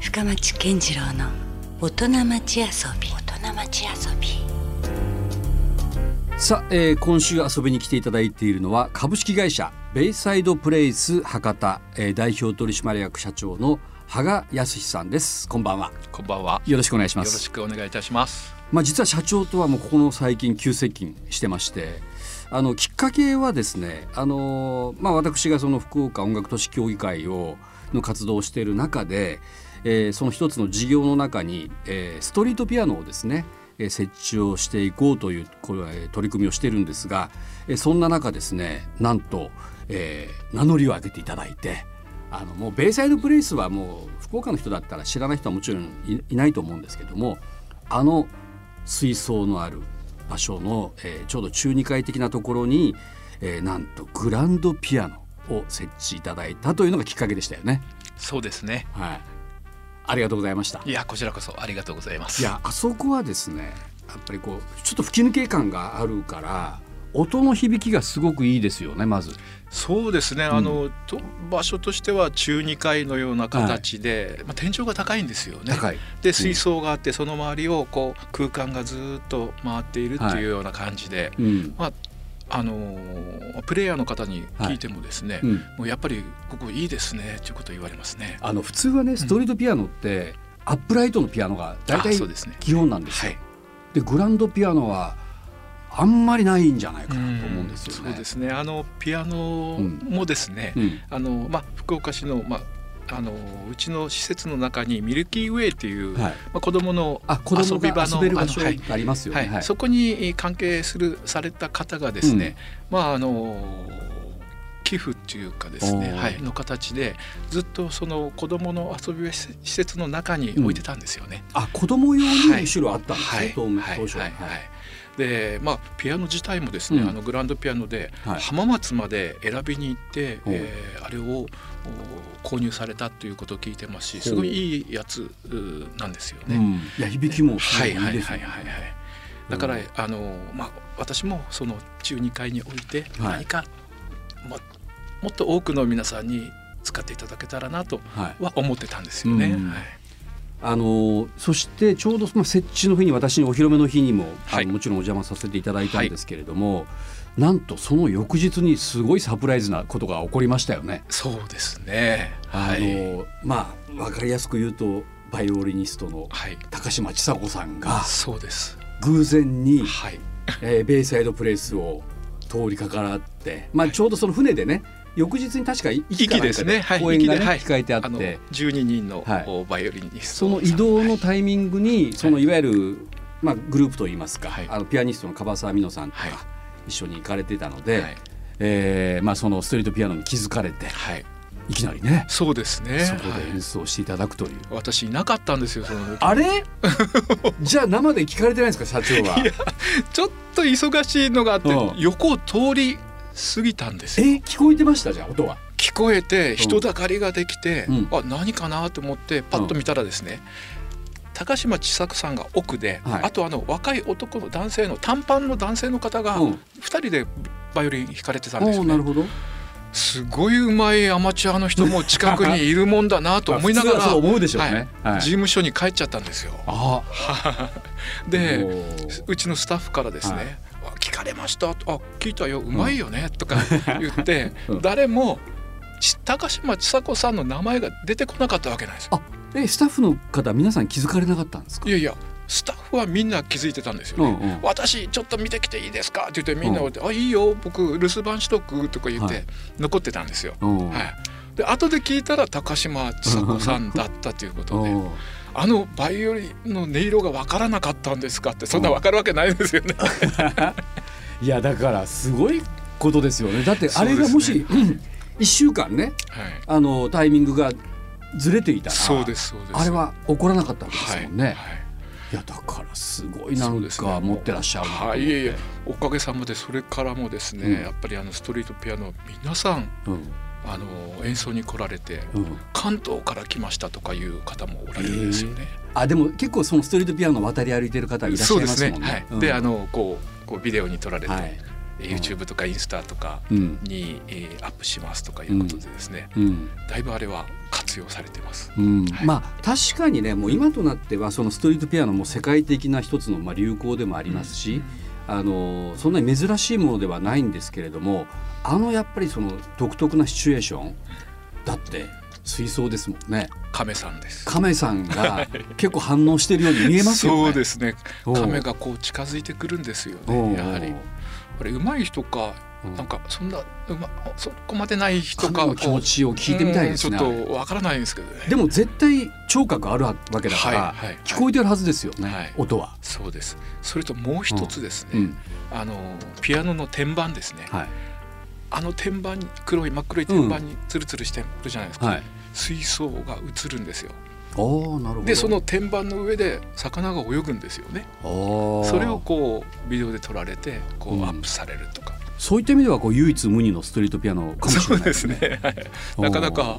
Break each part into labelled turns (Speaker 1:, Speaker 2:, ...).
Speaker 1: 深町健次郎の大人町遊び大人町遊び
Speaker 2: さあ、えー今週遊びに来ていただいているのは株式会社ベイサイドプレイス博多、えー代表取締役社長の羽賀康史さんですこんばんは
Speaker 3: こんばんは。よ
Speaker 2: よろしくお願いしま
Speaker 3: ろ
Speaker 2: す
Speaker 3: しくお願いいたします。
Speaker 2: まあ、実は社長とはもうここの最近急接近してましてあのきっかけはですねあの、まあ、私がその福岡音楽都市協議会をの活動をしている中で、えーその一つの事業の中に、えーストリートピアノをですねえー設置をしていこうというこれはえー取り組みをしているんですがえーそんな中ですねなんと、えー名乗りを上げていただいてあのもうベイサイドプレイスはもう福岡の人だったら知らない人はもちろんいいないと思うんですけどもあの水槽のある場所の、えーちょうど中2階的なところに、えーなんとグランドピアノを設置いただいたというのがきっかけでしたよね。
Speaker 3: そうですね。
Speaker 2: はい、ありがとうございました。
Speaker 3: いやこちらこそありがとうございます。
Speaker 2: いやあそこはですねやっぱりこうちょっと吹き抜け感があるから音の響きがすごくいいですよねまず。
Speaker 3: そうですね。あの、と場所としては中2階のような形で、まあ天井が高いんですよね。
Speaker 2: 高い
Speaker 3: で水槽があってその周りをこう空間がずーっと回っているって
Speaker 2: はい
Speaker 3: いうような感じで、
Speaker 2: うん
Speaker 3: まああのープレイヤーの方に聞いてもですね、
Speaker 2: うん
Speaker 3: もうやっぱりここいいですねということを言われますね。
Speaker 2: あの普通はねストリートピアノって、アップライトのピアノが大
Speaker 3: あ
Speaker 2: 体
Speaker 3: そうですね
Speaker 2: 基本なんです
Speaker 3: は
Speaker 2: よ。
Speaker 3: い。
Speaker 2: でグランドピアノはあんまりないんじゃないかなと思うんですよね。
Speaker 3: そうですね。あのピアノ
Speaker 2: うん
Speaker 3: もですね。
Speaker 2: うん
Speaker 3: あのまあ、福岡市の,、まあ、あのうちの施設の中にミルキーウェイっていう、
Speaker 2: はい
Speaker 3: まあ、子供の
Speaker 2: あ子供
Speaker 3: 遊び場
Speaker 2: が
Speaker 3: の
Speaker 2: 遊べる場所
Speaker 3: あのはい
Speaker 2: ありますよ
Speaker 3: は
Speaker 2: ね。
Speaker 3: い
Speaker 2: はい
Speaker 3: そこにえー関係するされた方がですね、まああの寄付っていうかですね、
Speaker 2: おー
Speaker 3: はい、の形でずっとその子供の遊び施設の中に置いてたんですよね。
Speaker 2: あ子供用にむしろあったんですよ、
Speaker 3: はい、
Speaker 2: 当
Speaker 3: はい
Speaker 2: 当初は
Speaker 3: はいいはいでまあ、ピアノ自体もですね、
Speaker 2: うん
Speaker 3: あのグランドピアノで
Speaker 2: はい
Speaker 3: 浜松まで選びに行って、
Speaker 2: ほう
Speaker 3: えーあれをお購入されたということを聞いてますし
Speaker 2: う
Speaker 3: すごいいいやつうなんですよね。
Speaker 2: うん、いや響きもすご
Speaker 3: はいい
Speaker 2: い
Speaker 3: はい
Speaker 2: で
Speaker 3: は
Speaker 2: す
Speaker 3: いはい
Speaker 2: よね
Speaker 3: はい。だから、あのまあ私もその中2階に置いて
Speaker 2: はい
Speaker 3: 何か、ももっと多くの皆さんに使っていただけたらなと
Speaker 2: はい
Speaker 3: は思ってたんですよね。
Speaker 2: うん
Speaker 3: はい
Speaker 2: あのーそしてちょうどその設置の日に私にお披露目の日にも、あの
Speaker 3: はい
Speaker 2: もちろんお邪魔させていただいたんですけれども、なんとその翌日にすごいサプライズなことが起こりましたよね。
Speaker 3: そうですね。
Speaker 2: あ
Speaker 3: は
Speaker 2: の
Speaker 3: い。
Speaker 2: ーまあわかりやすく言うとバイオリニストの
Speaker 3: はい。
Speaker 2: 高嶋ちさ子さんが
Speaker 3: そうです。
Speaker 2: 偶然に、
Speaker 3: はい。
Speaker 2: えーベイサイドプレイスを通りかからって、まあ、ちょうどその船でね翌日に確か行き
Speaker 3: 息ですね。はい。
Speaker 2: 公演が、ね
Speaker 3: 息ではい
Speaker 2: 控えてあって。
Speaker 3: の12人の
Speaker 2: はい
Speaker 3: おバイオリニスト
Speaker 2: その移動の
Speaker 3: さん
Speaker 2: タイミングにそのいわゆる、まあ、グループといいますか、
Speaker 3: はい
Speaker 2: あのピアニストの樺沢美乃さんとか、
Speaker 3: はい
Speaker 2: 一緒に行かれてたので、
Speaker 3: はい
Speaker 2: えーまあ、そのストリートピアノに気づかれて
Speaker 3: はい。はい
Speaker 2: いきなりね
Speaker 3: そうですね。
Speaker 2: そこ
Speaker 3: は
Speaker 2: で
Speaker 3: い
Speaker 2: 演奏していただくという。
Speaker 3: 私いなかったんですよその時
Speaker 2: あれ じゃあ生で聞かれてないんですか社長は。
Speaker 3: ちょっと忙しいのがあって、
Speaker 2: うん
Speaker 3: 横を通り過ぎたんです
Speaker 2: え
Speaker 3: よ
Speaker 2: 聞こえてましたじゃあ音は。
Speaker 3: 聞こえて人だかりができて、
Speaker 2: うん
Speaker 3: あ何かなと思ってパッと見たらですね、高島千作さんが奥で、
Speaker 2: はい
Speaker 3: あとあの若い男の男性の短パンの男性の方が
Speaker 2: うん
Speaker 3: 2人でバイオリン弾かれてたんです
Speaker 2: お
Speaker 3: よ
Speaker 2: おな
Speaker 3: ね
Speaker 2: るほど。
Speaker 3: すごいうまいアマチュアの人も近くにいるもんだな と思いながら
Speaker 2: 普通はそう思うでしょうね。
Speaker 3: はい
Speaker 2: はい
Speaker 3: 事務所に帰っちゃったんですよ。
Speaker 2: あ
Speaker 3: で
Speaker 2: おー
Speaker 3: うちのスタッフからですね、
Speaker 2: はい
Speaker 3: あ聞かれましたあ聞いたようまいよね、とか言って、
Speaker 2: うん
Speaker 3: 誰もち高島ちさ子さんの名前が出てこなかったわけなんですよ
Speaker 2: あえスタッフの方皆さん気づかれなかったんですか
Speaker 3: いやいやスタッフはみんな気づいてたんですよ、
Speaker 2: う
Speaker 3: ね
Speaker 2: んうん
Speaker 3: 私ちょっと見てきていいですかって言ってみんな「あいいよ僕留守番しとく」とか言っ
Speaker 2: はい
Speaker 3: て残ってたんですよ。
Speaker 2: うん
Speaker 3: はい、で後で聞いたら高島ちさ子さんだったということ
Speaker 2: う
Speaker 3: で
Speaker 2: ん
Speaker 3: 「あのバイオリンの音色が分からなかったんですか?」ってそんな分かるわけないですよ ね。
Speaker 2: いやだからすごいことですよねだってあれがもし、1週間ね
Speaker 3: はい
Speaker 2: あのタイミングがずれていたら
Speaker 3: そうですそうです
Speaker 2: あれは起こらなかったわけで
Speaker 3: は
Speaker 2: す
Speaker 3: い
Speaker 2: もんね、い
Speaker 3: はい
Speaker 2: やだからすごいな
Speaker 3: そうんです
Speaker 2: か
Speaker 3: ね
Speaker 2: 持ってらっしゃるなと思っ
Speaker 3: はい、
Speaker 2: て
Speaker 3: いえいえ、おかげさまでそれからもですね、
Speaker 2: うん
Speaker 3: やっぱりあのストリートピアノ皆さん
Speaker 2: うん
Speaker 3: あの演奏に来られて
Speaker 2: うん
Speaker 3: 関東から来ましたとかいう方もおられるんですよね。
Speaker 2: あでも結構そのストリートピアノを渡り歩いてる方いらっしゃいますもんね
Speaker 3: はい。
Speaker 2: うん
Speaker 3: であのこうこうビデオに撮られて、
Speaker 2: はい
Speaker 3: えー YouTube とかインスタとか
Speaker 2: うん
Speaker 3: に、えーアップしますとかいうことでですね、
Speaker 2: うん
Speaker 3: だいぶあれは活用されてます。
Speaker 2: うん
Speaker 3: はい
Speaker 2: まあ確かにねもう今となってはそのストリートピアノも世界的な一つのまあ流行でもありますし、あのそんなに珍しいものではないんですけれどもあのやっぱりその独特なシチュエーションだって水槽ですもんね
Speaker 3: 亀さんです。
Speaker 2: 亀さんが結構反応してるように見えますよね。
Speaker 3: そうですね。
Speaker 2: おう
Speaker 3: 亀がこう近づいてくるんですよ
Speaker 2: おうお
Speaker 3: ね。
Speaker 2: う
Speaker 3: やはり。これ上手い人か、
Speaker 2: うん
Speaker 3: なんかそんな、うま、そこまでない人か
Speaker 2: 亀の気持ちを聞いてみたいですね
Speaker 3: うんちょっとわからないんですけどね。
Speaker 2: でも絶対聴覚あるわけだか
Speaker 3: はい
Speaker 2: ら、
Speaker 3: はい。
Speaker 2: 聞こえてるはずですよね、
Speaker 3: はい
Speaker 2: 音は。
Speaker 3: そうです。それともう一つですね。
Speaker 2: うん
Speaker 3: あのピアノの天板ですね。
Speaker 2: はい
Speaker 3: あの天板に黒い真っ黒い天板にツルツルしてるじゃないですか。
Speaker 2: はい、
Speaker 3: 水槽が映るんですよ。
Speaker 2: おーなるほど
Speaker 3: でその天板の上で魚が泳ぐんですよね。
Speaker 2: おー
Speaker 3: それをこうビデオで撮られてこ
Speaker 2: う
Speaker 3: うんアップされるとか。
Speaker 2: そういった意味ではこう唯一無二のストリートピアノかもし
Speaker 3: そ
Speaker 2: れ
Speaker 3: う
Speaker 2: ない
Speaker 3: ですね。はい
Speaker 2: おー
Speaker 3: なかなかはい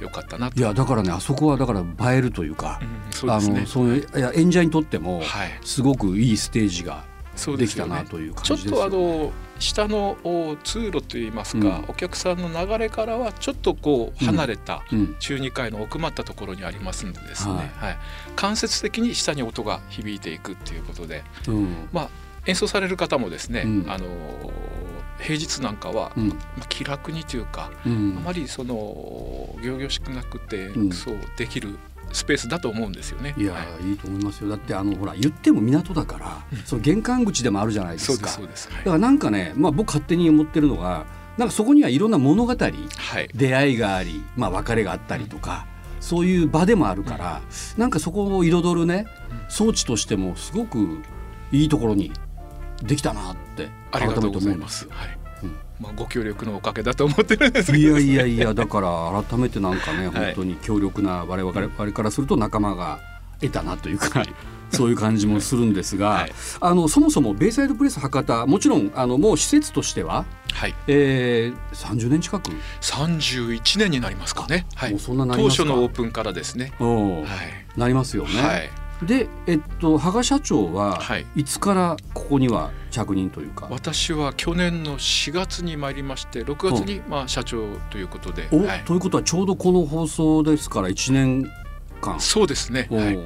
Speaker 3: 良かったなと。
Speaker 2: いやだからねあそこはだから映えるというか、
Speaker 3: うんそうです
Speaker 2: あ
Speaker 3: ね
Speaker 2: の。そういういや演者にとっても
Speaker 3: はい。
Speaker 2: すごくいいステージが
Speaker 3: そう
Speaker 2: で
Speaker 3: で
Speaker 2: き
Speaker 3: すよ
Speaker 2: た
Speaker 3: ね
Speaker 2: な。という感
Speaker 3: ち
Speaker 2: じ
Speaker 3: ょ
Speaker 2: で
Speaker 3: っ
Speaker 2: すよ
Speaker 3: とあの下のお通路といいますか、
Speaker 2: う
Speaker 3: お客さんの流れからはちょっとこう離れた
Speaker 2: うん
Speaker 3: 中2階の奥まったところにありますんでですね、
Speaker 2: は
Speaker 3: はいい間接的に下に音が響いていくっていうことで
Speaker 2: うん
Speaker 3: 演奏される方もですね、
Speaker 2: うん
Speaker 3: あのー平日なんかは、
Speaker 2: うん
Speaker 3: まあ気楽にというか、
Speaker 2: うん
Speaker 3: あまりその仰々しくなくて
Speaker 2: うん
Speaker 3: 演奏できるスペースだと思うんですよね。
Speaker 2: いや
Speaker 3: はい
Speaker 2: いいと思いますよだってあのほら言っても港だから、その玄関口でもあるじゃないで
Speaker 3: そう
Speaker 2: す
Speaker 3: で
Speaker 2: か
Speaker 3: すそうです。は
Speaker 2: だ
Speaker 3: い
Speaker 2: からなんかね、まあ、僕勝手に思ってるのがなんかそこにはいろんな物語
Speaker 3: はい
Speaker 2: 出会いがあり、まあ、別れがあったりとか、そういう場でもあるから、なんかそこを彩るね装置としてもすごくいいところにできたなって
Speaker 3: ありがとうございます。
Speaker 2: 改
Speaker 3: はい。
Speaker 2: うん
Speaker 3: まあご協力のおかげだと思ってるんですけ
Speaker 2: めて思いますい
Speaker 3: ど。
Speaker 2: やいやいやだから改めてなんかね
Speaker 3: はい
Speaker 2: 本当に強力な我々我々からすると仲間が得たなというか、
Speaker 3: はい
Speaker 2: そういう感じもするんですが、
Speaker 3: はい
Speaker 2: あのそもそもベイサイドプレス博多もちろんあのもう施設としては、
Speaker 3: はい。
Speaker 2: えー、30年近く、
Speaker 3: 三十一年になりますかね。はい
Speaker 2: もう。そんななり
Speaker 3: 当
Speaker 2: ますか
Speaker 3: 初のオープンからですね。
Speaker 2: おう
Speaker 3: はい。
Speaker 2: なりますよね。
Speaker 3: はい。
Speaker 2: で、えっと、羽賀社長は
Speaker 3: はい
Speaker 2: いつからここには着任というか、
Speaker 3: 私は去年の4月に参りまして6月にまあ社長ということで、
Speaker 2: お
Speaker 3: はい、
Speaker 2: ということはちょうどこの放送ですから1年間、
Speaker 3: そうですね、
Speaker 2: お
Speaker 3: はい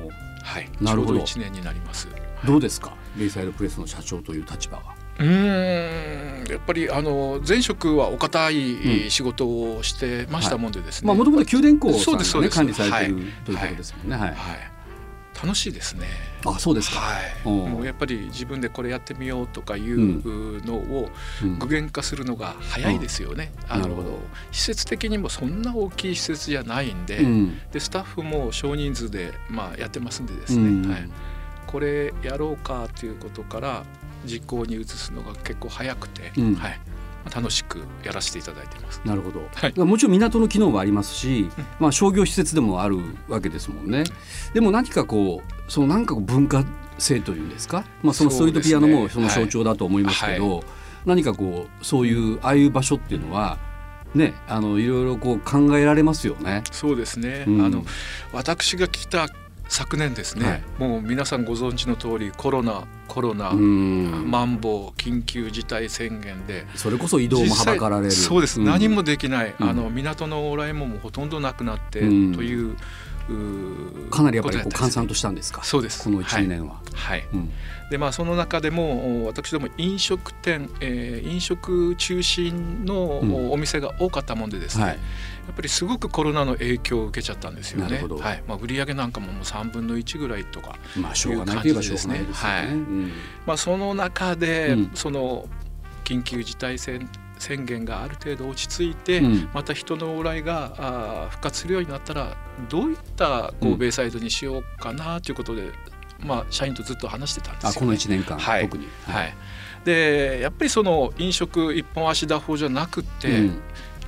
Speaker 3: はい、
Speaker 2: なるほど
Speaker 3: ちょうど1年になります。
Speaker 2: どうですかベイサイドプレスの社長という立場は。
Speaker 3: うーんやっぱりあの前職はお堅い仕事をしてましたもんでですね、
Speaker 2: まあもともと宮殿校さん
Speaker 3: そうです
Speaker 2: が、
Speaker 3: そう
Speaker 2: ね、
Speaker 3: です
Speaker 2: 管理されてる、
Speaker 3: は
Speaker 2: ということですもんね。はい
Speaker 3: はい、楽しいですね。
Speaker 2: あそうですか。
Speaker 3: はい、
Speaker 2: おう
Speaker 3: もうやっぱり自分でこれやってみようとかいううのを
Speaker 2: うん
Speaker 3: 具現化するのが早いですよね。
Speaker 2: ん
Speaker 3: あの
Speaker 2: なるほど
Speaker 3: 施設的にもそんな大きい施設じゃないんで,、
Speaker 2: うん
Speaker 3: でスタッフも少人数で、まあ、やってますんでで
Speaker 2: う
Speaker 3: すね、
Speaker 2: ん
Speaker 3: はい、これやろうかということから実行に移すのが結構早くて、
Speaker 2: うん
Speaker 3: はい、楽しくやらせていただいてます。
Speaker 2: なるほど、
Speaker 3: はい
Speaker 2: もちろん港の機能はありますし、まあ、商業施設でもあるわけですもんねでも何かこうその何かこう文化性というんですか、まあ、そのストリートピアノもそ
Speaker 3: そう
Speaker 2: の
Speaker 3: ですね
Speaker 2: 象徴だと思いますけど、何かこうそういうああいう場所っていうのはねあのいろいろこう考えられますよね。
Speaker 3: そうですね、
Speaker 2: うん
Speaker 3: あの私が来た昨年ですね、
Speaker 2: はい
Speaker 3: もう皆さんご存知の通りコロナコロナ、
Speaker 2: うん
Speaker 3: マンボウ緊急事態宣言で
Speaker 2: それこそ移動もはばかられる
Speaker 3: 実際そうです、
Speaker 2: ん
Speaker 3: 何もできない、
Speaker 2: うん
Speaker 3: あの港の往来ももうほとんどなくなって、
Speaker 2: うん
Speaker 3: といううー
Speaker 2: かなりやっぱりこう
Speaker 3: とだ
Speaker 2: 閑
Speaker 3: たん
Speaker 2: 散としたんですか
Speaker 3: そうです
Speaker 2: この
Speaker 3: は
Speaker 2: 1
Speaker 3: い
Speaker 2: 年は。
Speaker 3: ですはい
Speaker 2: うん
Speaker 3: でまあその中でもお私ども飲食店、えー飲食中心の
Speaker 2: うん
Speaker 3: おお店が多かったもんでですね、
Speaker 2: はい
Speaker 3: やっぱりすごくコロナの影響を受けちゃったんですよ
Speaker 2: なる
Speaker 3: ね
Speaker 2: ほど
Speaker 3: はいまあ、売り上げなんかももう3分の1ぐらいとか、
Speaker 2: まあしょうがないといえばしょうがない
Speaker 3: いう
Speaker 2: で
Speaker 3: 感じですす
Speaker 2: よ
Speaker 3: ね
Speaker 2: ね。
Speaker 3: はい
Speaker 2: うん
Speaker 3: まあ、その中で、
Speaker 2: うん
Speaker 3: その緊急事態宣宣言がある程度落ち着いて、
Speaker 2: うん
Speaker 3: また人の往来があー復活するようになったらどういった
Speaker 2: う
Speaker 3: こ
Speaker 2: ん
Speaker 3: うベイサイドにしようかなということで、まあ、社員とずっと話してたんですよ、
Speaker 2: あ
Speaker 3: ね、
Speaker 2: この1年間、
Speaker 3: はい
Speaker 2: 特に。
Speaker 3: はい、でやっぱりその飲食一本足打法じゃなくて、
Speaker 2: うん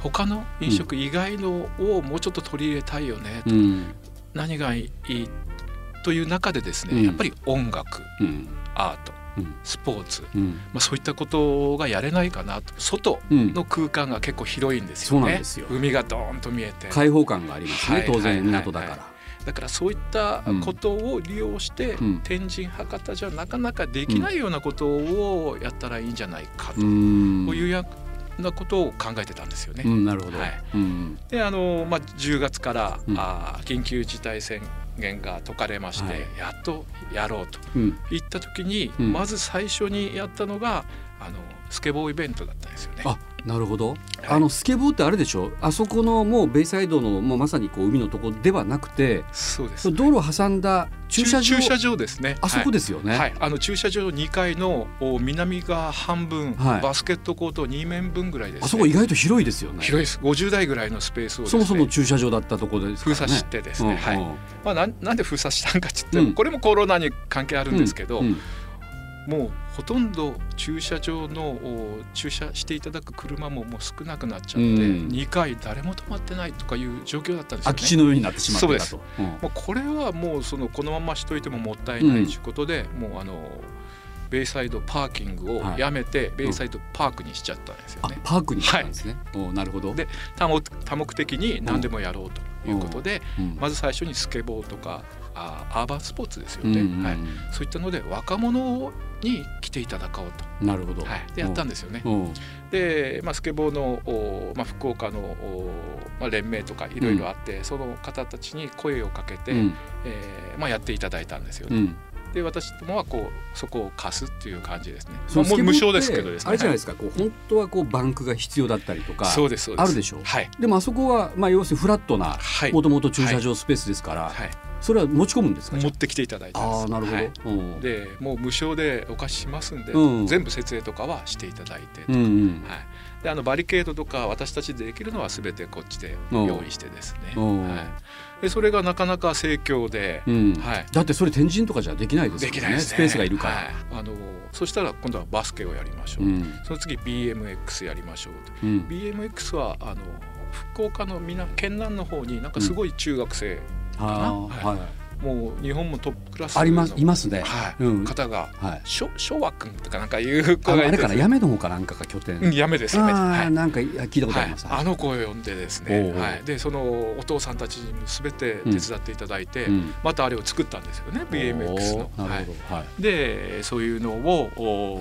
Speaker 3: 他の飲食以外のをもうちょっと取り入れたいよね、
Speaker 2: うん
Speaker 3: 何がいいという中でですね、
Speaker 2: うん
Speaker 3: やっぱり音楽
Speaker 2: うん
Speaker 3: アート
Speaker 2: うん
Speaker 3: スポーツ、
Speaker 2: うん
Speaker 3: まあ、そういったことがやれないかなと外
Speaker 2: うん
Speaker 3: の空間が結構広いんですよね。
Speaker 2: そうなんですよ
Speaker 3: 海がドーンと見えて
Speaker 2: 開放感がありますね、
Speaker 3: はい
Speaker 2: 当然
Speaker 3: はい
Speaker 2: 港だから、
Speaker 3: はだからそういったことを利用して、
Speaker 2: うん
Speaker 3: 天神博多じゃなかなかできないようなことをやったらいいんじゃないかと、
Speaker 2: うん
Speaker 3: こういうようなことを考えてたんですよね。
Speaker 2: うん、なるほど、
Speaker 3: はい
Speaker 2: うん
Speaker 3: であの、まあ、10月から、
Speaker 2: うん
Speaker 3: あー緊急事態宣言が解かれまして、
Speaker 2: はい
Speaker 3: やっとやろうと
Speaker 2: うん、
Speaker 3: いった時に、
Speaker 2: うん
Speaker 3: まず最初にやったのがあのスケボーイベントだったんですよね。
Speaker 2: あなるほど、あのスケボーってあれでしょあそこのもうベイサイドのもうまさにこう海のとこではなくて
Speaker 3: そうです
Speaker 2: その道路を挟んだ駐車場
Speaker 3: 駐車場ですね。
Speaker 2: あそこですよね、
Speaker 3: はいはい、あの駐車場2階のお南側半分、
Speaker 2: はい
Speaker 3: バスケットコート2面分ぐらいです、ね。
Speaker 2: あそこ意外と広いですよね
Speaker 3: 広いです。50台ぐらいのスペースをです
Speaker 2: そ
Speaker 3: ね、
Speaker 2: もそも駐車場だったところですか
Speaker 3: 封
Speaker 2: らね
Speaker 3: 鎖してですね。はい。
Speaker 2: うんうん
Speaker 3: まあなんなんで封鎖したんかって言っても、
Speaker 2: うん
Speaker 3: これもコロナに関係あるんですけど、
Speaker 2: うんうん
Speaker 3: もうほとんど駐車場のお駐車していただく車ももう少なくなっちゃって、
Speaker 2: うん
Speaker 3: 2回誰も止まってないとかいう状況だったんですよ
Speaker 2: 空
Speaker 3: ね。
Speaker 2: き地のようになってしまったと
Speaker 3: そう
Speaker 2: うん
Speaker 3: まあ、これはもうそのこのまましといてももったいないということで、もうあのベイサイドパーキングをやめて、ベイサイドパークにしちゃったんですよ
Speaker 2: あ
Speaker 3: ね。
Speaker 2: パークに行ったんですね、おなるほど
Speaker 3: で多目多目的に何でもやろうということで、
Speaker 2: うん
Speaker 3: まず最初にスケボーとかあアーバンスポーツですよ
Speaker 2: うん
Speaker 3: ね、
Speaker 2: うんうん
Speaker 3: はい、そういったので若者に来ていただこうと、
Speaker 2: なるほど、
Speaker 3: はい、でやったんですよね。
Speaker 2: うん
Speaker 3: で、まあ、スケボーの、おまあ、福岡の、おまあ、連盟とかいろいろあって、その方たちに声をかけて、
Speaker 2: うん
Speaker 3: えーまあ、やっていただいたんですよね。
Speaker 2: うん
Speaker 3: で私どもはこうそこを貸すっていう感じですね。
Speaker 2: そ
Speaker 3: ま
Speaker 2: の
Speaker 3: あ、も
Speaker 2: スケボーって
Speaker 3: う無償ですけどですね。
Speaker 2: あれじゃないですかこう本当はこうバンクが必要だったりとか
Speaker 3: はいそうですそうです。
Speaker 2: あるでしょう
Speaker 3: はい
Speaker 2: でもあそこは、まあ、要するにフラットな
Speaker 3: はい
Speaker 2: もともと駐車場スペースですから、
Speaker 3: はい。
Speaker 2: それは持ち込むんですか
Speaker 3: 持ってきていただいたんです。
Speaker 2: ああーなるほど、
Speaker 3: はい
Speaker 2: うん
Speaker 3: でもう無償でお貸ししますんで、
Speaker 2: うん
Speaker 3: 全部設営とかはしていただいて、
Speaker 2: うんうん
Speaker 3: はい、であのバリケードとか私たちでできるのは全てこっちで
Speaker 2: うん
Speaker 3: 用意してですね、
Speaker 2: うん
Speaker 3: はい、でそれがなかなか盛況で、
Speaker 2: うん
Speaker 3: はい
Speaker 2: だってそれ天神とかじゃできないです
Speaker 3: で
Speaker 2: よね
Speaker 3: きないですね
Speaker 2: スペースがいるから、
Speaker 3: はいあのそしたら今度はバスケをやりましょう、
Speaker 2: うん
Speaker 3: その次 BMX やりましょうと
Speaker 2: うん
Speaker 3: BMX はあの福岡のみな県南の方になんかすごい中学生、
Speaker 2: あー
Speaker 3: は
Speaker 2: はい
Speaker 3: もう日本もトップクラス
Speaker 2: あります
Speaker 3: の
Speaker 2: いますね、
Speaker 3: はい
Speaker 2: うん
Speaker 3: 方が
Speaker 2: はい
Speaker 3: しょ昭和君とかなんかいう
Speaker 2: あ
Speaker 3: 子
Speaker 2: の
Speaker 3: が
Speaker 2: あ
Speaker 3: い
Speaker 2: れ
Speaker 3: て
Speaker 2: かな
Speaker 3: や
Speaker 2: やめの方かなんかが拠点、
Speaker 3: やめで
Speaker 2: あ
Speaker 3: すや
Speaker 2: あ
Speaker 3: めです
Speaker 2: ー、なんか聞いたことあります、
Speaker 3: はい、あの子を呼んでですね、
Speaker 2: おうおう
Speaker 3: はい、でそのお父さんたちにも全て手伝っていただいて、
Speaker 2: うん
Speaker 3: またあれを作ったんですよね BMX の
Speaker 2: お。ー
Speaker 3: は
Speaker 2: ないるほ、ど、はい
Speaker 3: でそういうのをお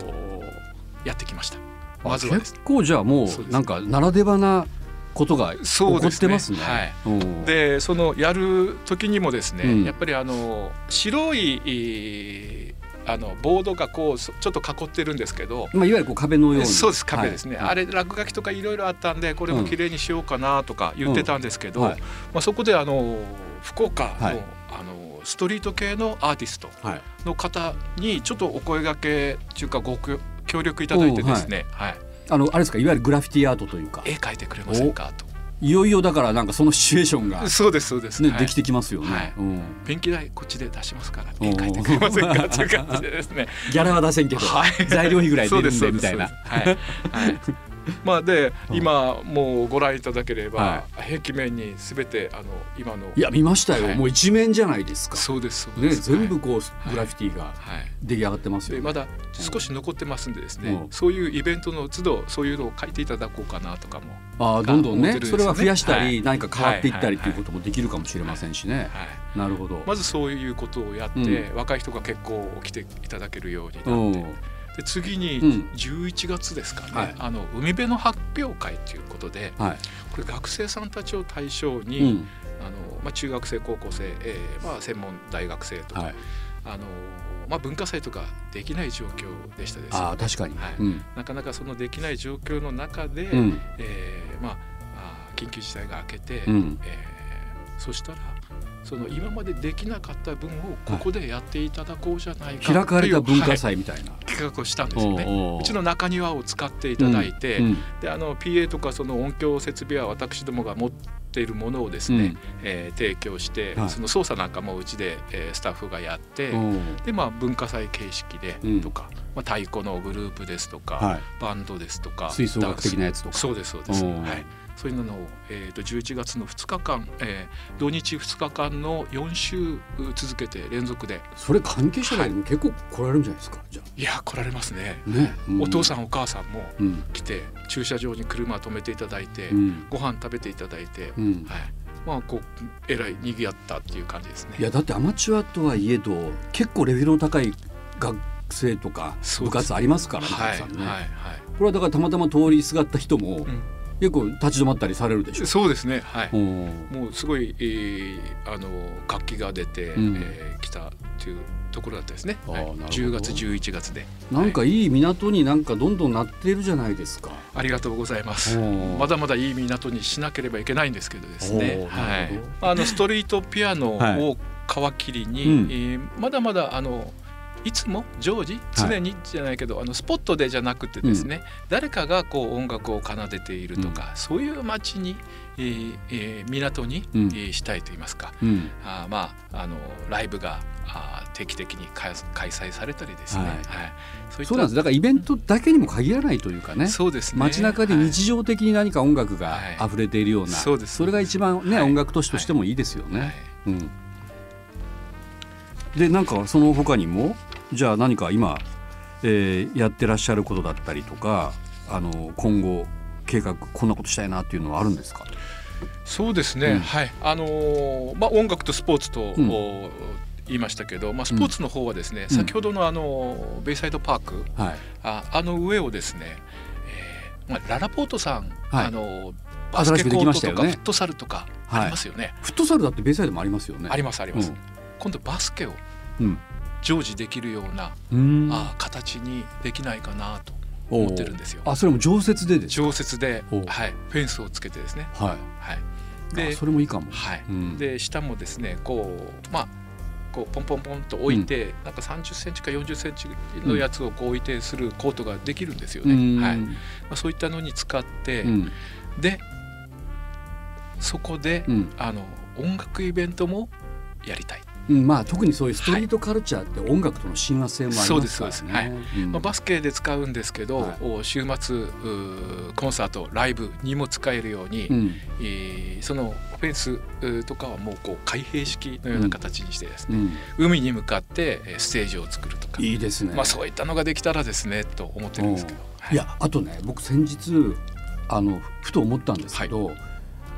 Speaker 3: ーやってきました。
Speaker 2: あ
Speaker 3: まずはです
Speaker 2: 結構じゃあも
Speaker 3: そうで
Speaker 2: う
Speaker 3: す
Speaker 2: なんかならではなことが起
Speaker 3: そう
Speaker 2: こ
Speaker 3: で
Speaker 2: っ
Speaker 3: すね
Speaker 2: てますね。
Speaker 3: はい
Speaker 2: うん
Speaker 3: でそのやる時にもですね、
Speaker 2: うん
Speaker 3: やっぱりあの白いえーあのボードがこうそちょっと囲ってるんですけど、
Speaker 2: まあいわゆるこう壁のように。
Speaker 3: そうです壁ですね、
Speaker 2: はい
Speaker 3: あれ落書きとかいろいろあったんでこれ
Speaker 2: う
Speaker 3: も
Speaker 2: ん
Speaker 3: 綺麗にしようかなとか言ってたんですけど、
Speaker 2: うんはい
Speaker 3: まあ、そこであの福岡の,、
Speaker 2: はい
Speaker 3: あのストリート系のアーティスト
Speaker 2: はい。
Speaker 3: の方にちょっとお声がけというかご協協力いただいてですね、はい
Speaker 2: あのあれですかいわゆるグラフィティアートというか
Speaker 3: 絵描いてくれませんか
Speaker 2: いよいよだからなんかそのシチュエーションが
Speaker 3: とそうですそうです、
Speaker 2: ね
Speaker 3: はい
Speaker 2: できてきますよね。
Speaker 3: はい
Speaker 2: うん
Speaker 3: ペンキ代こっちで出しますから
Speaker 2: おー
Speaker 3: 絵描いてくれませんかという感じでです ね
Speaker 2: ギャラは出せんけど
Speaker 3: はい
Speaker 2: 材料費ぐらい出るん
Speaker 3: そ
Speaker 2: で
Speaker 3: う
Speaker 2: み
Speaker 3: す
Speaker 2: たいな。
Speaker 3: そうですはい、 はい、まあで
Speaker 2: うん
Speaker 3: 今もうご覧いただければ
Speaker 2: は
Speaker 3: 壁面にすべてあの今の
Speaker 2: いや見ましたよ、
Speaker 3: はい
Speaker 2: もう一面じゃないですか。
Speaker 3: そうですそう
Speaker 2: ね
Speaker 3: です
Speaker 2: 全部
Speaker 3: は
Speaker 2: こうグラフィティが
Speaker 3: い、はい
Speaker 2: 出来上がってますよ、
Speaker 3: で
Speaker 2: ね。
Speaker 3: まだ少し残ってますんでですね、
Speaker 2: うん
Speaker 3: そういうイベントの都度そういうのを書いていただこうかなとかも、
Speaker 2: ああどんどん
Speaker 3: モ
Speaker 2: ね
Speaker 3: デルです
Speaker 2: そ
Speaker 3: ね
Speaker 2: れは増やしたり、
Speaker 3: はい
Speaker 2: 何か変わっていったりということもできるかもしれませんしね。
Speaker 3: はい、
Speaker 2: なるほど。
Speaker 3: まずそういうことをやって、
Speaker 2: う
Speaker 3: 若い人が結構来ていただけるようになって、
Speaker 2: うん
Speaker 3: で次に
Speaker 2: うん
Speaker 3: 11月ですかね、
Speaker 2: はい
Speaker 3: あの海辺の発表会ということで
Speaker 2: は
Speaker 3: これ学生さんたちを対象
Speaker 2: い。
Speaker 3: に、
Speaker 2: うん。
Speaker 3: あのまあ、中学生高校生、えーまあ、専門大学生とか、
Speaker 2: はい。
Speaker 3: あのまあ、文化祭とかできない状況でしたです、
Speaker 2: ああ確かに。
Speaker 3: はい
Speaker 2: うん。
Speaker 3: なかなかそのできない状況の中で、
Speaker 2: うん。
Speaker 3: えーまああー緊急事態が明けて、
Speaker 2: うん。
Speaker 3: えーそしたらその今までできなかった分をここでやっていただこうじゃないかっていう
Speaker 2: 開かれた文
Speaker 3: は
Speaker 2: 化
Speaker 3: い
Speaker 2: 祭みたいな。
Speaker 3: 企画をしたんですよね。
Speaker 2: おうおう
Speaker 3: うちの中庭を使っていただいて、
Speaker 2: うん
Speaker 3: であの PA とかその音響設備は私どもが持っているものをです
Speaker 2: う
Speaker 3: ね、
Speaker 2: ん
Speaker 3: えー提供して、
Speaker 2: はい
Speaker 3: その操作なんかもうちで、えースタッフがやって、
Speaker 2: おう
Speaker 3: でまあ文化祭形式で
Speaker 2: うん
Speaker 3: とか、まあ、太鼓のグループですとか、
Speaker 2: はい。
Speaker 3: バンドですとか
Speaker 2: 吹奏楽的なやつとか
Speaker 3: そうですそうです、
Speaker 2: お
Speaker 3: は
Speaker 2: ー
Speaker 3: い、そういうのを、えー、と11月の2日間、えー土日2日間の4週う続けて連続で
Speaker 2: それ関係者がも結構来られるんじゃないですか。じゃ
Speaker 3: いや来られますね、
Speaker 2: あね。
Speaker 3: お父さ
Speaker 2: ん。
Speaker 3: んお母さんも
Speaker 2: うん。
Speaker 3: 来て駐車場に車止めていただいて、
Speaker 2: うん。
Speaker 3: ご飯食べていただいて、
Speaker 2: うん。
Speaker 3: はい、まあこうえらい賑やったっていう感じですね。
Speaker 2: いやだってアマチュアとはいえど結構レベルの高い学生とか
Speaker 3: そう
Speaker 2: 部
Speaker 3: です
Speaker 2: 活ありますからね
Speaker 3: はい
Speaker 2: た
Speaker 3: は
Speaker 2: く
Speaker 3: い
Speaker 2: さんね、
Speaker 3: は
Speaker 2: これはだからたまたま通りすがった人も、
Speaker 3: ん
Speaker 2: 結構立ち止まったりされるでしょ
Speaker 3: い。。そうですね。はい。
Speaker 2: うん
Speaker 3: もうすごい、えーあの活気が出て、
Speaker 2: うん
Speaker 3: えー来たっていうところだったですね、
Speaker 2: あー
Speaker 3: はい
Speaker 2: なるほど
Speaker 3: 10月11月で
Speaker 2: なんかいい港になんかどんどんなってるじゃないですか。
Speaker 3: ありがとうございます
Speaker 2: おー
Speaker 3: まだまだいい港にしなければいけないんですけどですね
Speaker 2: おー、
Speaker 3: は
Speaker 2: なる
Speaker 3: い
Speaker 2: ほ、
Speaker 3: あのストリートピアノ
Speaker 2: はい
Speaker 3: を皮切りに、
Speaker 2: うん
Speaker 3: えーまだまだあのいつも常時常にじゃないけど、あのスポットでじゃなくてですね、誰かがこう音楽を奏でているとか、そういう街に、えーえー港に、
Speaker 2: うん
Speaker 3: えーしたいと言いますか
Speaker 2: うん。
Speaker 3: あーまああのライブがあー定期的に開開催されたりですね、
Speaker 2: は
Speaker 3: はいいそういった
Speaker 2: そうなんです。だからイベントだけにも限らないというかね。
Speaker 3: そうですね
Speaker 2: 街中で
Speaker 3: はい
Speaker 2: 日常的に何か音楽が
Speaker 3: はい
Speaker 2: 溢れているような、
Speaker 3: そうです
Speaker 2: れが一番ね、
Speaker 3: はい
Speaker 2: 音楽都市としてもいいですよね。
Speaker 3: はい
Speaker 2: うん。でなんかその他にもじゃあ何か今、えーやってらっしゃることだったりとか、あの今後計画こんなことしたいなっていうのはあるんですか。
Speaker 3: そうですね、
Speaker 2: うん
Speaker 3: はいあのーまあ、音楽とスポーツと、
Speaker 2: うん
Speaker 3: お言いましたけど、まあ、スポーツの方はですね、先ほどのあのーベイサイドパーク
Speaker 2: はい。
Speaker 3: ああの上をですね、えーまあ、ララポートさん、
Speaker 2: はい
Speaker 3: あのーバス
Speaker 2: 新
Speaker 3: ケ
Speaker 2: しくでき
Speaker 3: コー
Speaker 2: ま
Speaker 3: ト
Speaker 2: した
Speaker 3: と
Speaker 2: よ
Speaker 3: か、
Speaker 2: ね
Speaker 3: フットサルとか
Speaker 2: はい
Speaker 3: ありますよね、
Speaker 2: フットサルだってベイサイドもありますよね。
Speaker 3: ありますあります、
Speaker 2: うん
Speaker 3: 今度バスケを
Speaker 2: うん。
Speaker 3: 常時できるような、
Speaker 2: うん
Speaker 3: あー形にできないかなと
Speaker 2: おう
Speaker 3: 思ってるんですよ
Speaker 2: あそれも常設でです
Speaker 3: 常設で
Speaker 2: お、
Speaker 3: はい、フェンスをつけてですね、
Speaker 2: はい
Speaker 3: はい、
Speaker 2: あ
Speaker 3: で
Speaker 2: それもいいかも、
Speaker 3: はい
Speaker 2: うん
Speaker 3: で下もですねこうまあこうポンポンポンと置いて、なんか3 0センチか4 0センチのやつをこう置いてするコートができるんですよ
Speaker 2: う
Speaker 3: ね、
Speaker 2: ん
Speaker 3: はいまあ、そういったのに使って、
Speaker 2: うん
Speaker 3: でそこで、
Speaker 2: うん
Speaker 3: あの音楽イベントもやりたい、
Speaker 2: うんまあ特にそういうストリートカルチャーって音楽との親和性もありますか
Speaker 3: そうですそうです
Speaker 2: ら
Speaker 3: は
Speaker 2: ね
Speaker 3: い
Speaker 2: うん
Speaker 3: まあ、バスケで使うんですけど、
Speaker 2: はい
Speaker 3: お週末うーコンサートライブにも使えるように、
Speaker 2: うん
Speaker 3: えーそのフェンスうーとかはもうこう開閉式のような形にしてですね、
Speaker 2: うん
Speaker 3: 海に向かってえーステージを作るとか
Speaker 2: いいですね、
Speaker 3: まあ、そういったのができたらですねと思ってるんですけど、
Speaker 2: いやあとね僕先日あのふと思ったんですけど、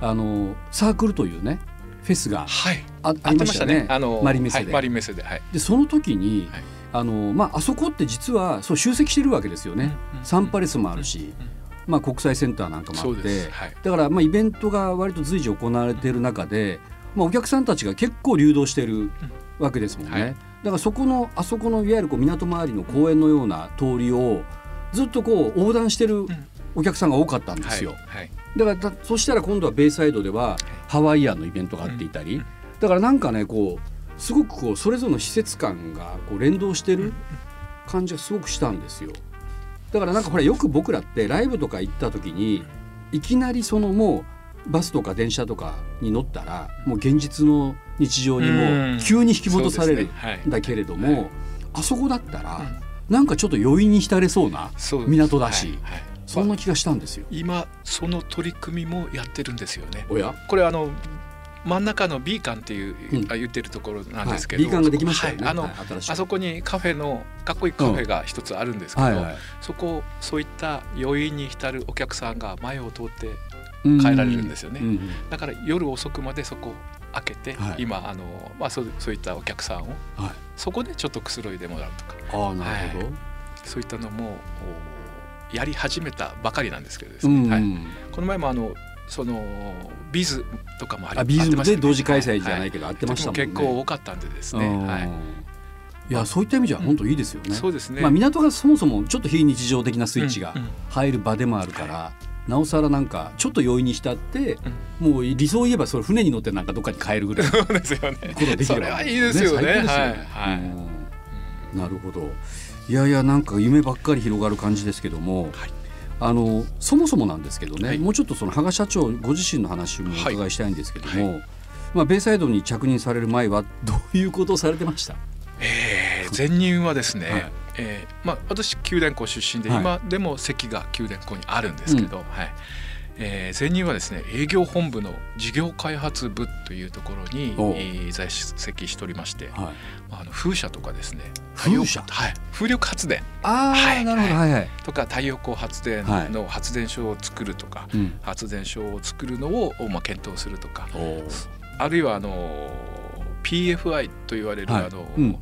Speaker 2: あのサークルというねフェスが
Speaker 3: はい
Speaker 2: あありましたよね
Speaker 3: あの
Speaker 2: マリメッセで、
Speaker 3: はい、マリメッセではい
Speaker 2: でその時に、
Speaker 3: はい
Speaker 2: あのまあ、あそこって実はそう集積してるわけですよね、
Speaker 3: うんうん
Speaker 2: サンパレスもあるし、
Speaker 3: うんうん
Speaker 2: まあ、国際センターなんかもあ
Speaker 3: そ
Speaker 2: っ
Speaker 3: うです
Speaker 2: て、
Speaker 3: はい
Speaker 2: だからまあイベントが割と随時行われている中で、まあ、お客さんたちが結構流動しているわけですもんね、
Speaker 3: はい
Speaker 2: だからそこのあそこのいわゆるこう港周りの公園のような通りをずっとこう横断してるお客さんが多かったんですよ。
Speaker 3: はい
Speaker 2: だからたそしたら今度はベイサイドではハワイアンのイベントがあっていたり、だからなんかねこうすごくこうそれぞれの施設感がこう連動してる感じがすごくしたんですよだからなんかほらよく僕らってライブとか行った時にいきなりそのもうバスとか電車とかに乗ったらもう現実の日常にも
Speaker 3: うん
Speaker 2: 急に引き戻され
Speaker 3: そ
Speaker 2: る
Speaker 3: うですねはい
Speaker 2: んだけれども、あそこだったら
Speaker 3: うん
Speaker 2: なんかちょっと余韻に浸れそうな
Speaker 3: そうです
Speaker 2: 港だし、
Speaker 3: はいはい
Speaker 2: そんな気がしたんですよ。
Speaker 3: 今その取り組みもやってるんですよね
Speaker 2: おや
Speaker 3: これあの真ん中の B 館っていう、
Speaker 2: うん
Speaker 3: あ言ってるところな
Speaker 2: は
Speaker 3: んで
Speaker 2: い
Speaker 3: すけど、
Speaker 2: リーガンができましたよね。
Speaker 3: はいあの、
Speaker 2: はい新しい
Speaker 3: あそこにカフェのかっこいいカフェが一つあるんですけど、
Speaker 2: はいはい
Speaker 3: そこそういった余韻に浸るお客さんが前を通って
Speaker 2: うん
Speaker 3: 変えられるんですよね
Speaker 2: うんうん
Speaker 3: だから夜遅くまでそこを開けて、
Speaker 2: はい
Speaker 3: 今あの、まあ、そうそういったお客さんを
Speaker 2: はい。
Speaker 3: そこでちょっとくつろいでもらうとか
Speaker 2: ああなるほど。
Speaker 3: そういったのもおやり始めたばかりなんですけどです
Speaker 2: う
Speaker 3: ね、
Speaker 2: んう
Speaker 3: はい、
Speaker 2: ん。
Speaker 3: この前もあのそのビズとかもあり
Speaker 2: あビ
Speaker 3: あって
Speaker 2: ー
Speaker 3: ま
Speaker 2: ム
Speaker 3: した
Speaker 2: で
Speaker 3: よね
Speaker 2: 同時開催じゃないけど、あ
Speaker 3: は
Speaker 2: ってましたもんね。
Speaker 3: で結構多かったんでですね、
Speaker 2: うん
Speaker 3: はい
Speaker 2: いやそういった意味じゃ本当いいですよね。
Speaker 3: そうですね、
Speaker 2: まあ港がそもそもちょっと非日常的なスイッチが
Speaker 3: うんうん
Speaker 2: 入る場でもあるから。なおさらなんかちょっと容易に浸って、もう理想を言えばそれ船に乗ってなんかどっかに変えるぐらいの
Speaker 3: そうですよね
Speaker 2: ことでき
Speaker 3: そ
Speaker 2: れば
Speaker 3: れはいいですよね
Speaker 2: 最高ですよ
Speaker 3: は
Speaker 2: ね
Speaker 3: い、はい
Speaker 2: うんなるほどいやいやなんか夢ばっかり広がる感じですけども、
Speaker 3: はい
Speaker 2: あのそもそもなんですけどね、
Speaker 3: はい
Speaker 2: もうちょっとその芳賀社長ご自身の話もお伺いしたいんですけども、まあ、ベイサイドに着任される前はどういうことをされてました
Speaker 3: えー前任はですね、
Speaker 2: はい
Speaker 3: えーまあ、私九電工出身で、
Speaker 2: はい
Speaker 3: 今でも席が九電工にあるんですけど、はいえー前任はですね営業本部の事業開発部というところに、え
Speaker 2: おう
Speaker 3: ー在籍しておりまし
Speaker 2: は
Speaker 3: て、
Speaker 2: い、
Speaker 3: まあ、あの風車とかですね
Speaker 2: 風車
Speaker 3: 太陽はい、風力発電
Speaker 2: ああ、
Speaker 3: はい
Speaker 2: なるほどはいはい、
Speaker 3: とか太陽光発電の発電所を作るとか、
Speaker 2: うん、
Speaker 3: 発電所を作るのを、まあ、検討するとか
Speaker 2: おー
Speaker 3: あるいはあの PFI と言われる、
Speaker 2: はい
Speaker 3: あの
Speaker 2: うん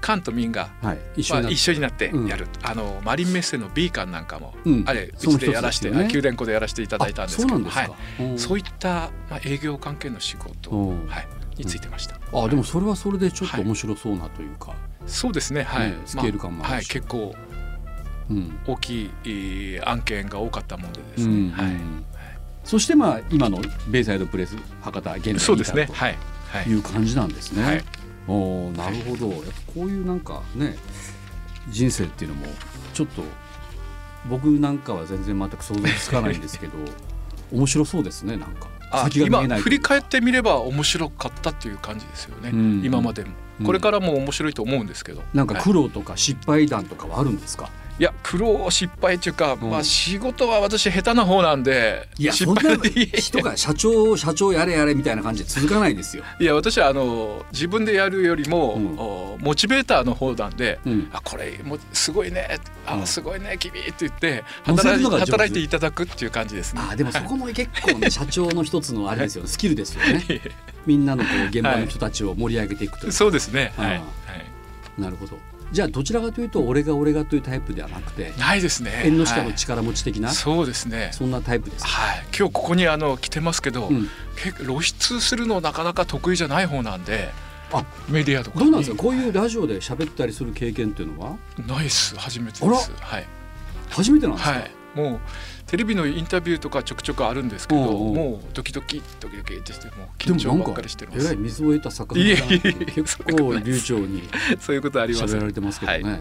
Speaker 3: 官と民が
Speaker 2: はい一緒に
Speaker 3: ま
Speaker 2: な
Speaker 3: あ、
Speaker 2: って
Speaker 3: 一緒になって
Speaker 2: うん
Speaker 3: やる、あのマリンメッセのビーカンなんかも、
Speaker 2: うん
Speaker 3: あれう
Speaker 2: その
Speaker 3: ち
Speaker 2: 一つ
Speaker 3: でやらして、
Speaker 2: ですよね
Speaker 3: あ九電庫でやらせていただいたんですけ
Speaker 2: あ
Speaker 3: ど
Speaker 2: そうなんですか、
Speaker 3: は
Speaker 2: おー
Speaker 3: い、そういった、まあ、営業関係の仕事、
Speaker 2: おー
Speaker 3: はい、についてました、
Speaker 2: あでもそれはそれでちょっと
Speaker 3: はい
Speaker 2: 面白そうなというか、
Speaker 3: そうですねはい、
Speaker 2: ねスケール感もあ
Speaker 3: は
Speaker 2: る
Speaker 3: い、
Speaker 2: し
Speaker 3: 結構
Speaker 2: うん
Speaker 3: 大きいえー案件が多かったもんでです
Speaker 2: う
Speaker 3: ね、
Speaker 2: ん
Speaker 3: はい、
Speaker 2: そしてまあ今のベイサイドプレス博多現在に
Speaker 3: そうですね
Speaker 2: 至る
Speaker 3: はい、は
Speaker 2: と
Speaker 3: い
Speaker 2: いう感じなんですね。
Speaker 3: はい
Speaker 2: おーなるほどやっぱこういうなんかね人生っていうのもちょっと僕なんかは全然全く想像つかないんです けど面白そうですねなんか
Speaker 3: あ
Speaker 2: 先が見
Speaker 3: 今
Speaker 2: えない
Speaker 3: 振り返ってみれば面白かったっていう感じですよね、
Speaker 2: うん
Speaker 3: 今まで
Speaker 2: う
Speaker 3: も、
Speaker 2: ん
Speaker 3: これからも面白いと思うんですけど
Speaker 2: なんか
Speaker 3: はい
Speaker 2: 苦労とか失敗談とかはあるんですか、
Speaker 3: いや苦労失敗というか、
Speaker 2: うん
Speaker 3: まあ仕事は私下手な方なんで
Speaker 2: いや
Speaker 3: 失
Speaker 2: そんな
Speaker 3: 敗でいい
Speaker 2: 人が社長社長やれやれみたいな感じで続かないですよ。
Speaker 3: いや私はあの自分でやるよりも、
Speaker 2: うん
Speaker 3: おモチベーターの方なんで。
Speaker 2: うん、
Speaker 3: あこれもうすごいねあ、
Speaker 2: うん
Speaker 3: すごいね君って言って
Speaker 2: 乗せる
Speaker 3: 働い
Speaker 2: のが上手
Speaker 3: 働いていただくっていう感じですね。
Speaker 2: あーでもそこも結構ね社長の一つのあれですよねスキルですよね。みんなのこう現場の人たちを盛り上げていくという、
Speaker 3: そうですね、はい
Speaker 2: あ
Speaker 3: は
Speaker 2: なるほどじゃあどちらかというと俺が俺がというタイプではなくて
Speaker 3: い、ないですね。
Speaker 2: 縁の下の
Speaker 3: はい
Speaker 2: 力持ち的な、
Speaker 3: そうですね、
Speaker 2: そんなタイプですか、
Speaker 3: はい、今日ここにあの来てますけど、
Speaker 2: うん、
Speaker 3: 結構露出するのなかなか得意じゃない方なんで
Speaker 2: あ
Speaker 3: メディアとか
Speaker 2: どうなんですか
Speaker 3: に
Speaker 2: こういうラジオで喋ったりする経験っていうのは
Speaker 3: ないっす初めてです。はい
Speaker 2: 初めてなんですか、
Speaker 3: はい、もうテレビのインタビューとかちょくちょくあるんですけど、
Speaker 2: おうおう
Speaker 3: もうドキドキドキドキってしてもう
Speaker 2: で
Speaker 3: 緊張
Speaker 2: もな
Speaker 3: ば
Speaker 2: ん
Speaker 3: っ
Speaker 2: か
Speaker 3: かりしてま
Speaker 2: えら
Speaker 3: す
Speaker 2: い。水を得た作
Speaker 3: い
Speaker 2: 家
Speaker 3: えい
Speaker 2: さん
Speaker 3: えいえ
Speaker 2: 結構流暢に
Speaker 3: そういうことあります
Speaker 2: 喋ら。れてますけどね、
Speaker 3: は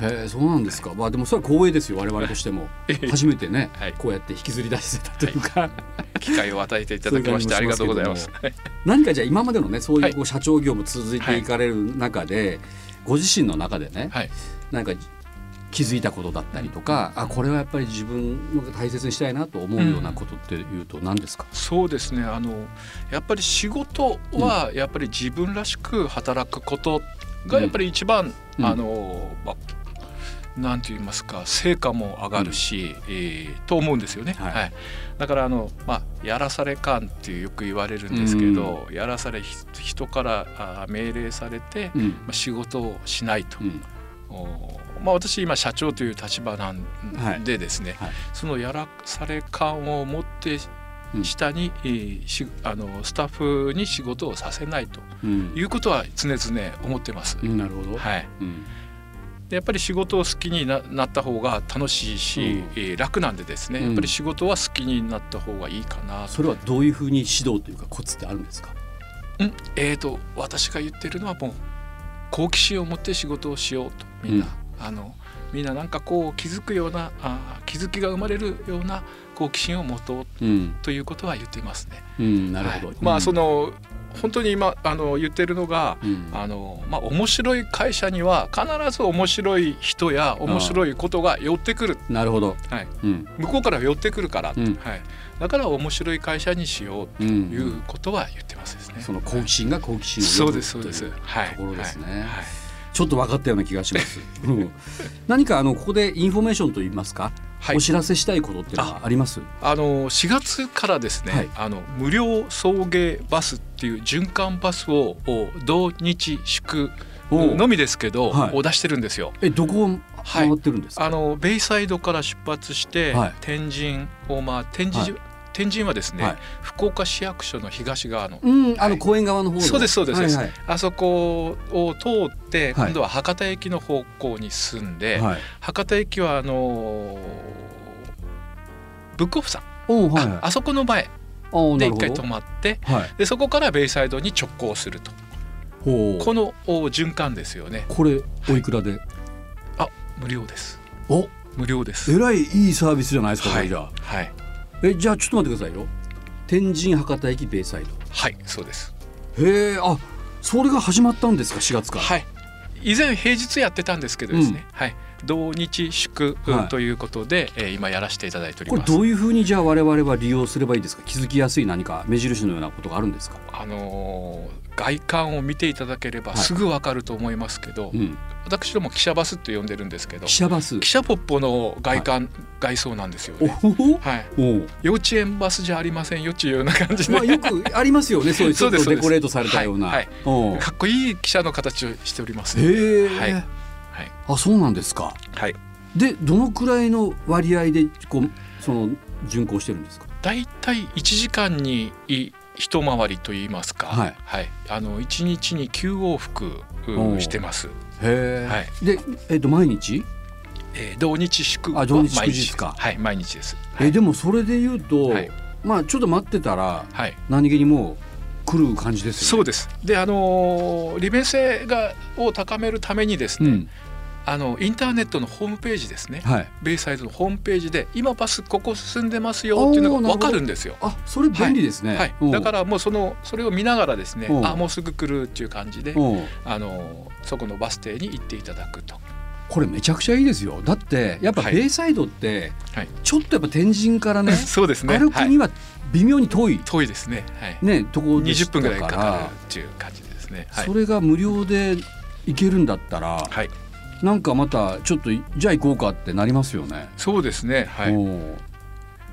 Speaker 2: へえそうなんですか、まあでもそれは光栄ですよ我々としても初めてね、
Speaker 3: はい
Speaker 2: こうやって引きずり出せたというか、
Speaker 3: 機会を与えていただきまして
Speaker 2: そ
Speaker 3: あ
Speaker 2: うい
Speaker 3: り
Speaker 2: う
Speaker 3: がとう
Speaker 2: 感
Speaker 3: ご
Speaker 2: じ
Speaker 3: ざい
Speaker 2: も
Speaker 3: ま
Speaker 2: し
Speaker 3: す。
Speaker 2: 何かじゃあ今までのねそうい
Speaker 3: は
Speaker 2: う
Speaker 3: い
Speaker 2: こう社長業も続いていかれる中で、ご自身の中でね、
Speaker 3: はい
Speaker 2: なんか気づいたことだったりとか、あこれはやっぱり自分の大切にしたいなと思うようなことっていうと何ですか、
Speaker 3: そうですね。あのやっぱり仕事はやっぱり自分らしく働くことがやっぱり一番、
Speaker 2: うん
Speaker 3: あのまあなんて言いますか成果も上がるし、えーと思うんですよね、
Speaker 2: は
Speaker 3: はいいだからあの、まあ、やらされ感ってよく言われるんですけど、やらされひ人からあー命令されて、
Speaker 2: うん
Speaker 3: まあ、仕事をしないと、
Speaker 2: うん
Speaker 3: おまあ、私今社長という立場な
Speaker 2: はい
Speaker 3: んでですね、
Speaker 2: はい
Speaker 3: そのやらされ感を持って
Speaker 2: うん
Speaker 3: 下に、えーしあのスタッフに仕事をさせないと
Speaker 2: うん
Speaker 3: いうことは常々思ってます。
Speaker 2: うんなるほど、
Speaker 3: はい、
Speaker 2: うん
Speaker 3: でやっぱり仕事を好きにななった方が楽しいし、
Speaker 2: うん
Speaker 3: えー楽なんでですね、
Speaker 2: うん
Speaker 3: やっぱり仕事は好きになった方がいいかなと,、
Speaker 2: それはどういうふうに指導というかコツってあるんですか
Speaker 3: うんえー、と私が言ってるのはもう好奇心を持って仕事をしようとみんな、あのみんななんかこう気づくようなあー気づきが生まれるような好奇心を持とう
Speaker 2: うん、
Speaker 3: ということは言ってますね。
Speaker 2: うん、なるほど、
Speaker 3: はいまあそ
Speaker 2: の、
Speaker 3: の本当に今あの言ってるのが
Speaker 2: うん
Speaker 3: あのまあ、面白い会社には必ず面白い人や面白いことが寄ってくる、
Speaker 2: なるほど、
Speaker 3: はい、
Speaker 2: うん
Speaker 3: 向こうから寄ってくるから、
Speaker 2: うん
Speaker 3: はい、だから面白い会社にしよう
Speaker 2: うん
Speaker 3: ということは言ってますですね。
Speaker 2: その好奇心が好奇心
Speaker 3: そ
Speaker 2: を
Speaker 3: う
Speaker 2: 呼ぶ
Speaker 3: です
Speaker 2: と
Speaker 3: そう
Speaker 2: い
Speaker 3: です。
Speaker 2: う
Speaker 3: はい。
Speaker 2: ところですね
Speaker 3: はいはい
Speaker 2: ちょっと分かったような気がします。うん何かあのここでインフォメーションといいますか、
Speaker 3: はい
Speaker 2: お知らせしたいことっていうのはあります。
Speaker 3: あの4月からですね、
Speaker 2: はい
Speaker 3: あの無料送迎バスっていう循環バスをお同日祝
Speaker 2: おう
Speaker 3: のみですけど、
Speaker 2: はい
Speaker 3: お出してるんですよ。
Speaker 2: えどこを回ってるんですか。
Speaker 3: あのベイサイドから出発して、
Speaker 2: はい
Speaker 3: 天神をまあ天神、
Speaker 2: は
Speaker 3: 天神はですね、
Speaker 2: はい
Speaker 3: 福岡市役所の東側の、
Speaker 2: うん、あ
Speaker 3: は
Speaker 2: の
Speaker 3: い
Speaker 2: 公園側の方の
Speaker 3: そうですそうです
Speaker 2: はい
Speaker 3: そう
Speaker 2: は
Speaker 3: で
Speaker 2: い
Speaker 3: あそこを通って
Speaker 2: はい
Speaker 3: 今度は博多駅の方向に進んで、
Speaker 2: はい。
Speaker 3: 博多駅はあのーブックオフさん、
Speaker 2: おうはいはい
Speaker 3: あ。あそこの前
Speaker 2: あー
Speaker 3: で
Speaker 2: なる
Speaker 3: 一
Speaker 2: ほ
Speaker 3: 回
Speaker 2: ど
Speaker 3: 止。まって
Speaker 2: はい。
Speaker 3: でそこからベイサイドに直行すると
Speaker 2: ほう
Speaker 3: このお循環ですよね
Speaker 2: これおいくらで。
Speaker 3: あ無料です
Speaker 2: お、
Speaker 3: 無料です
Speaker 2: えらいいいサービスじゃないですか。こ
Speaker 3: は
Speaker 2: れ
Speaker 3: い
Speaker 2: じゃあ。
Speaker 3: はい
Speaker 2: えじゃあちょっと待ってくださいよ。天神博多駅ベイサイ
Speaker 3: はいそうです
Speaker 2: ド。へえあそれが始まったんですか4月から。
Speaker 3: はい以前平日やってたんですけどですね、はい同日祝
Speaker 2: はい
Speaker 3: ということで、えー今やらせていただいており
Speaker 2: これ
Speaker 3: ます。
Speaker 2: どういうふうにじゃあ我々は利用すればいいですか気づきやすい何か目印のようなことがあるんですか、
Speaker 3: あのー外観を見ていただければ
Speaker 2: はい
Speaker 3: すぐわかると思いますけど、
Speaker 2: うん、
Speaker 3: 私ども記者バスと呼んでるんですけど
Speaker 2: 記者バス
Speaker 3: 記者ポッポの外観、外装なんですよ
Speaker 2: お
Speaker 3: ね。
Speaker 2: ほほ
Speaker 3: はい、
Speaker 2: おう
Speaker 3: 幼稚園バスじゃありませんよっていうような感じで、
Speaker 2: まあよくありますよねそういうちょっと
Speaker 3: そう
Speaker 2: デ
Speaker 3: です
Speaker 2: コレートされたような、
Speaker 3: はいはい
Speaker 2: おう
Speaker 3: かっこいい記者の形をしております。
Speaker 2: へえ、
Speaker 3: はいはい
Speaker 2: あそうなんですか
Speaker 3: はい、
Speaker 2: でどのくらいの割合でこうその巡行してるんですか
Speaker 3: だいたい一時間にい一回りと言いますか、
Speaker 2: はい
Speaker 3: あの一日に九往復
Speaker 2: お
Speaker 3: う
Speaker 2: う
Speaker 3: してます。
Speaker 2: へ
Speaker 3: はい、
Speaker 2: えで、えっと毎日、
Speaker 3: えー、同日祝
Speaker 2: あ
Speaker 3: は
Speaker 2: 同
Speaker 3: 毎
Speaker 2: 日
Speaker 3: 日
Speaker 2: 祝日か
Speaker 3: はい、毎日です。
Speaker 2: えでもそれで言うと、
Speaker 3: はい
Speaker 2: まあちょっと待ってたら
Speaker 3: はい、
Speaker 2: 何気にもう来る感じです
Speaker 3: そ
Speaker 2: よ
Speaker 3: う
Speaker 2: ね。
Speaker 3: です。で、あのー利便性がを高めるためにですね、
Speaker 2: ん、
Speaker 3: あのインターネットのホームページですね。
Speaker 2: はい。
Speaker 3: ベイサイドのホームページで今バスここ進んでますよっていうのがわかるんですよ。
Speaker 2: あそれ便利ですね。
Speaker 3: はい
Speaker 2: お、う
Speaker 3: だからもうそのそれを見ながらですね
Speaker 2: おう
Speaker 3: あもうすぐ来るっていう感じで
Speaker 2: おう
Speaker 3: あのそこのバス停に行っていただくと
Speaker 2: これめちゃくちゃいいですよ。だってやっぱ
Speaker 3: はい
Speaker 2: ベイサイドって、
Speaker 3: はい
Speaker 2: ちょっとやっぱ天神からね
Speaker 3: そうですね
Speaker 2: 歩く
Speaker 3: はい
Speaker 2: には微妙に遠い、
Speaker 3: 遠いですね、はい、
Speaker 2: ねところでし
Speaker 3: 20
Speaker 2: た
Speaker 3: 分ぐらい
Speaker 2: か
Speaker 3: からかるっていう感じですねはい
Speaker 2: それが無料で行けるんだったら、
Speaker 3: はい、
Speaker 2: なんかまたちょっとじゃあ行こうかってなりますよね。
Speaker 3: そうですねはい
Speaker 2: お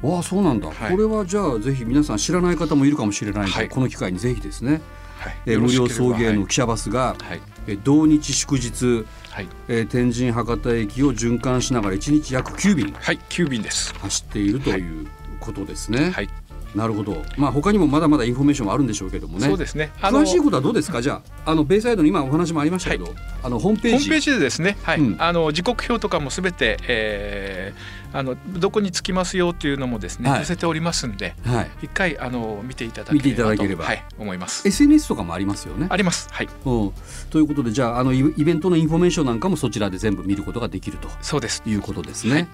Speaker 2: うわあそうなんだ、
Speaker 3: はい
Speaker 2: これはじゃあぜひ皆さん知らない方もいるかもしれないので、
Speaker 3: はい
Speaker 2: この機会にぜひですね、
Speaker 3: はい
Speaker 2: えー
Speaker 3: よろ
Speaker 2: 無
Speaker 3: しけれ
Speaker 2: 料送
Speaker 3: ば
Speaker 2: 迎の記者バスが、
Speaker 3: はい
Speaker 2: えー同日祝日、
Speaker 3: はい
Speaker 2: えー天神博多駅を循環しながら1日約9便
Speaker 3: はい9便です
Speaker 2: 走っているということですね。
Speaker 3: はい
Speaker 2: なるほど、まあ、他にもまだまだインフォメーションはあるんでしょうけどもね
Speaker 3: そうですねあの
Speaker 2: 詳しいことはどうですかじゃああのベイサイドの今お話もありましたけど、あのホームペー
Speaker 3: ホーム
Speaker 2: ジ
Speaker 3: ページでですね、はい
Speaker 2: うん
Speaker 3: あの時刻表とかもすべて、えーあのどこに着きますよっていうのもですね、
Speaker 2: はい
Speaker 3: 載せておりますんで
Speaker 2: はい、
Speaker 3: 一回あの見ていただけれ
Speaker 2: 見
Speaker 3: ば
Speaker 2: ていただければ
Speaker 3: とはい、思います。
Speaker 2: SNS とかもありますよね。
Speaker 3: あります、はい、
Speaker 2: うん、ということでじゃああのイイベントのインフォメーションなんかもそちらで全部見ることができると
Speaker 3: そうです。
Speaker 2: いうことですね。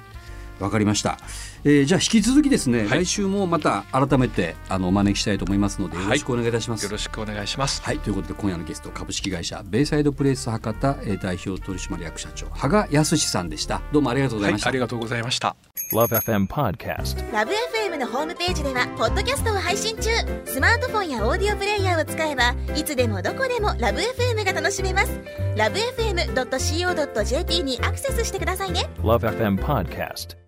Speaker 2: わかりました、えーじゃあ引き続きですね、
Speaker 3: は
Speaker 2: 来
Speaker 3: い
Speaker 2: 週もまた改めてあのお招きしたいと思いますので
Speaker 3: はい
Speaker 2: よろしくお願いいたします。
Speaker 3: よ
Speaker 2: はい
Speaker 3: ろしくお願いします。
Speaker 2: ということで今夜のゲスト株式会社ベイサイドプレイス博多えー代表取締役社長羽賀康さんでしたどうもありがとうござ
Speaker 3: はいい
Speaker 2: まし、た、
Speaker 3: ありがとうございました。
Speaker 4: Love FM Podcast.
Speaker 5: ラブ f m のホームページではポッドキャストを配信中スマートフォンやオーディオプレイヤーを使えばいつでもどこでもラブ f m が楽しめますラブ FM.co.jp にアクセスしてくださいね
Speaker 4: Love FM Podcast.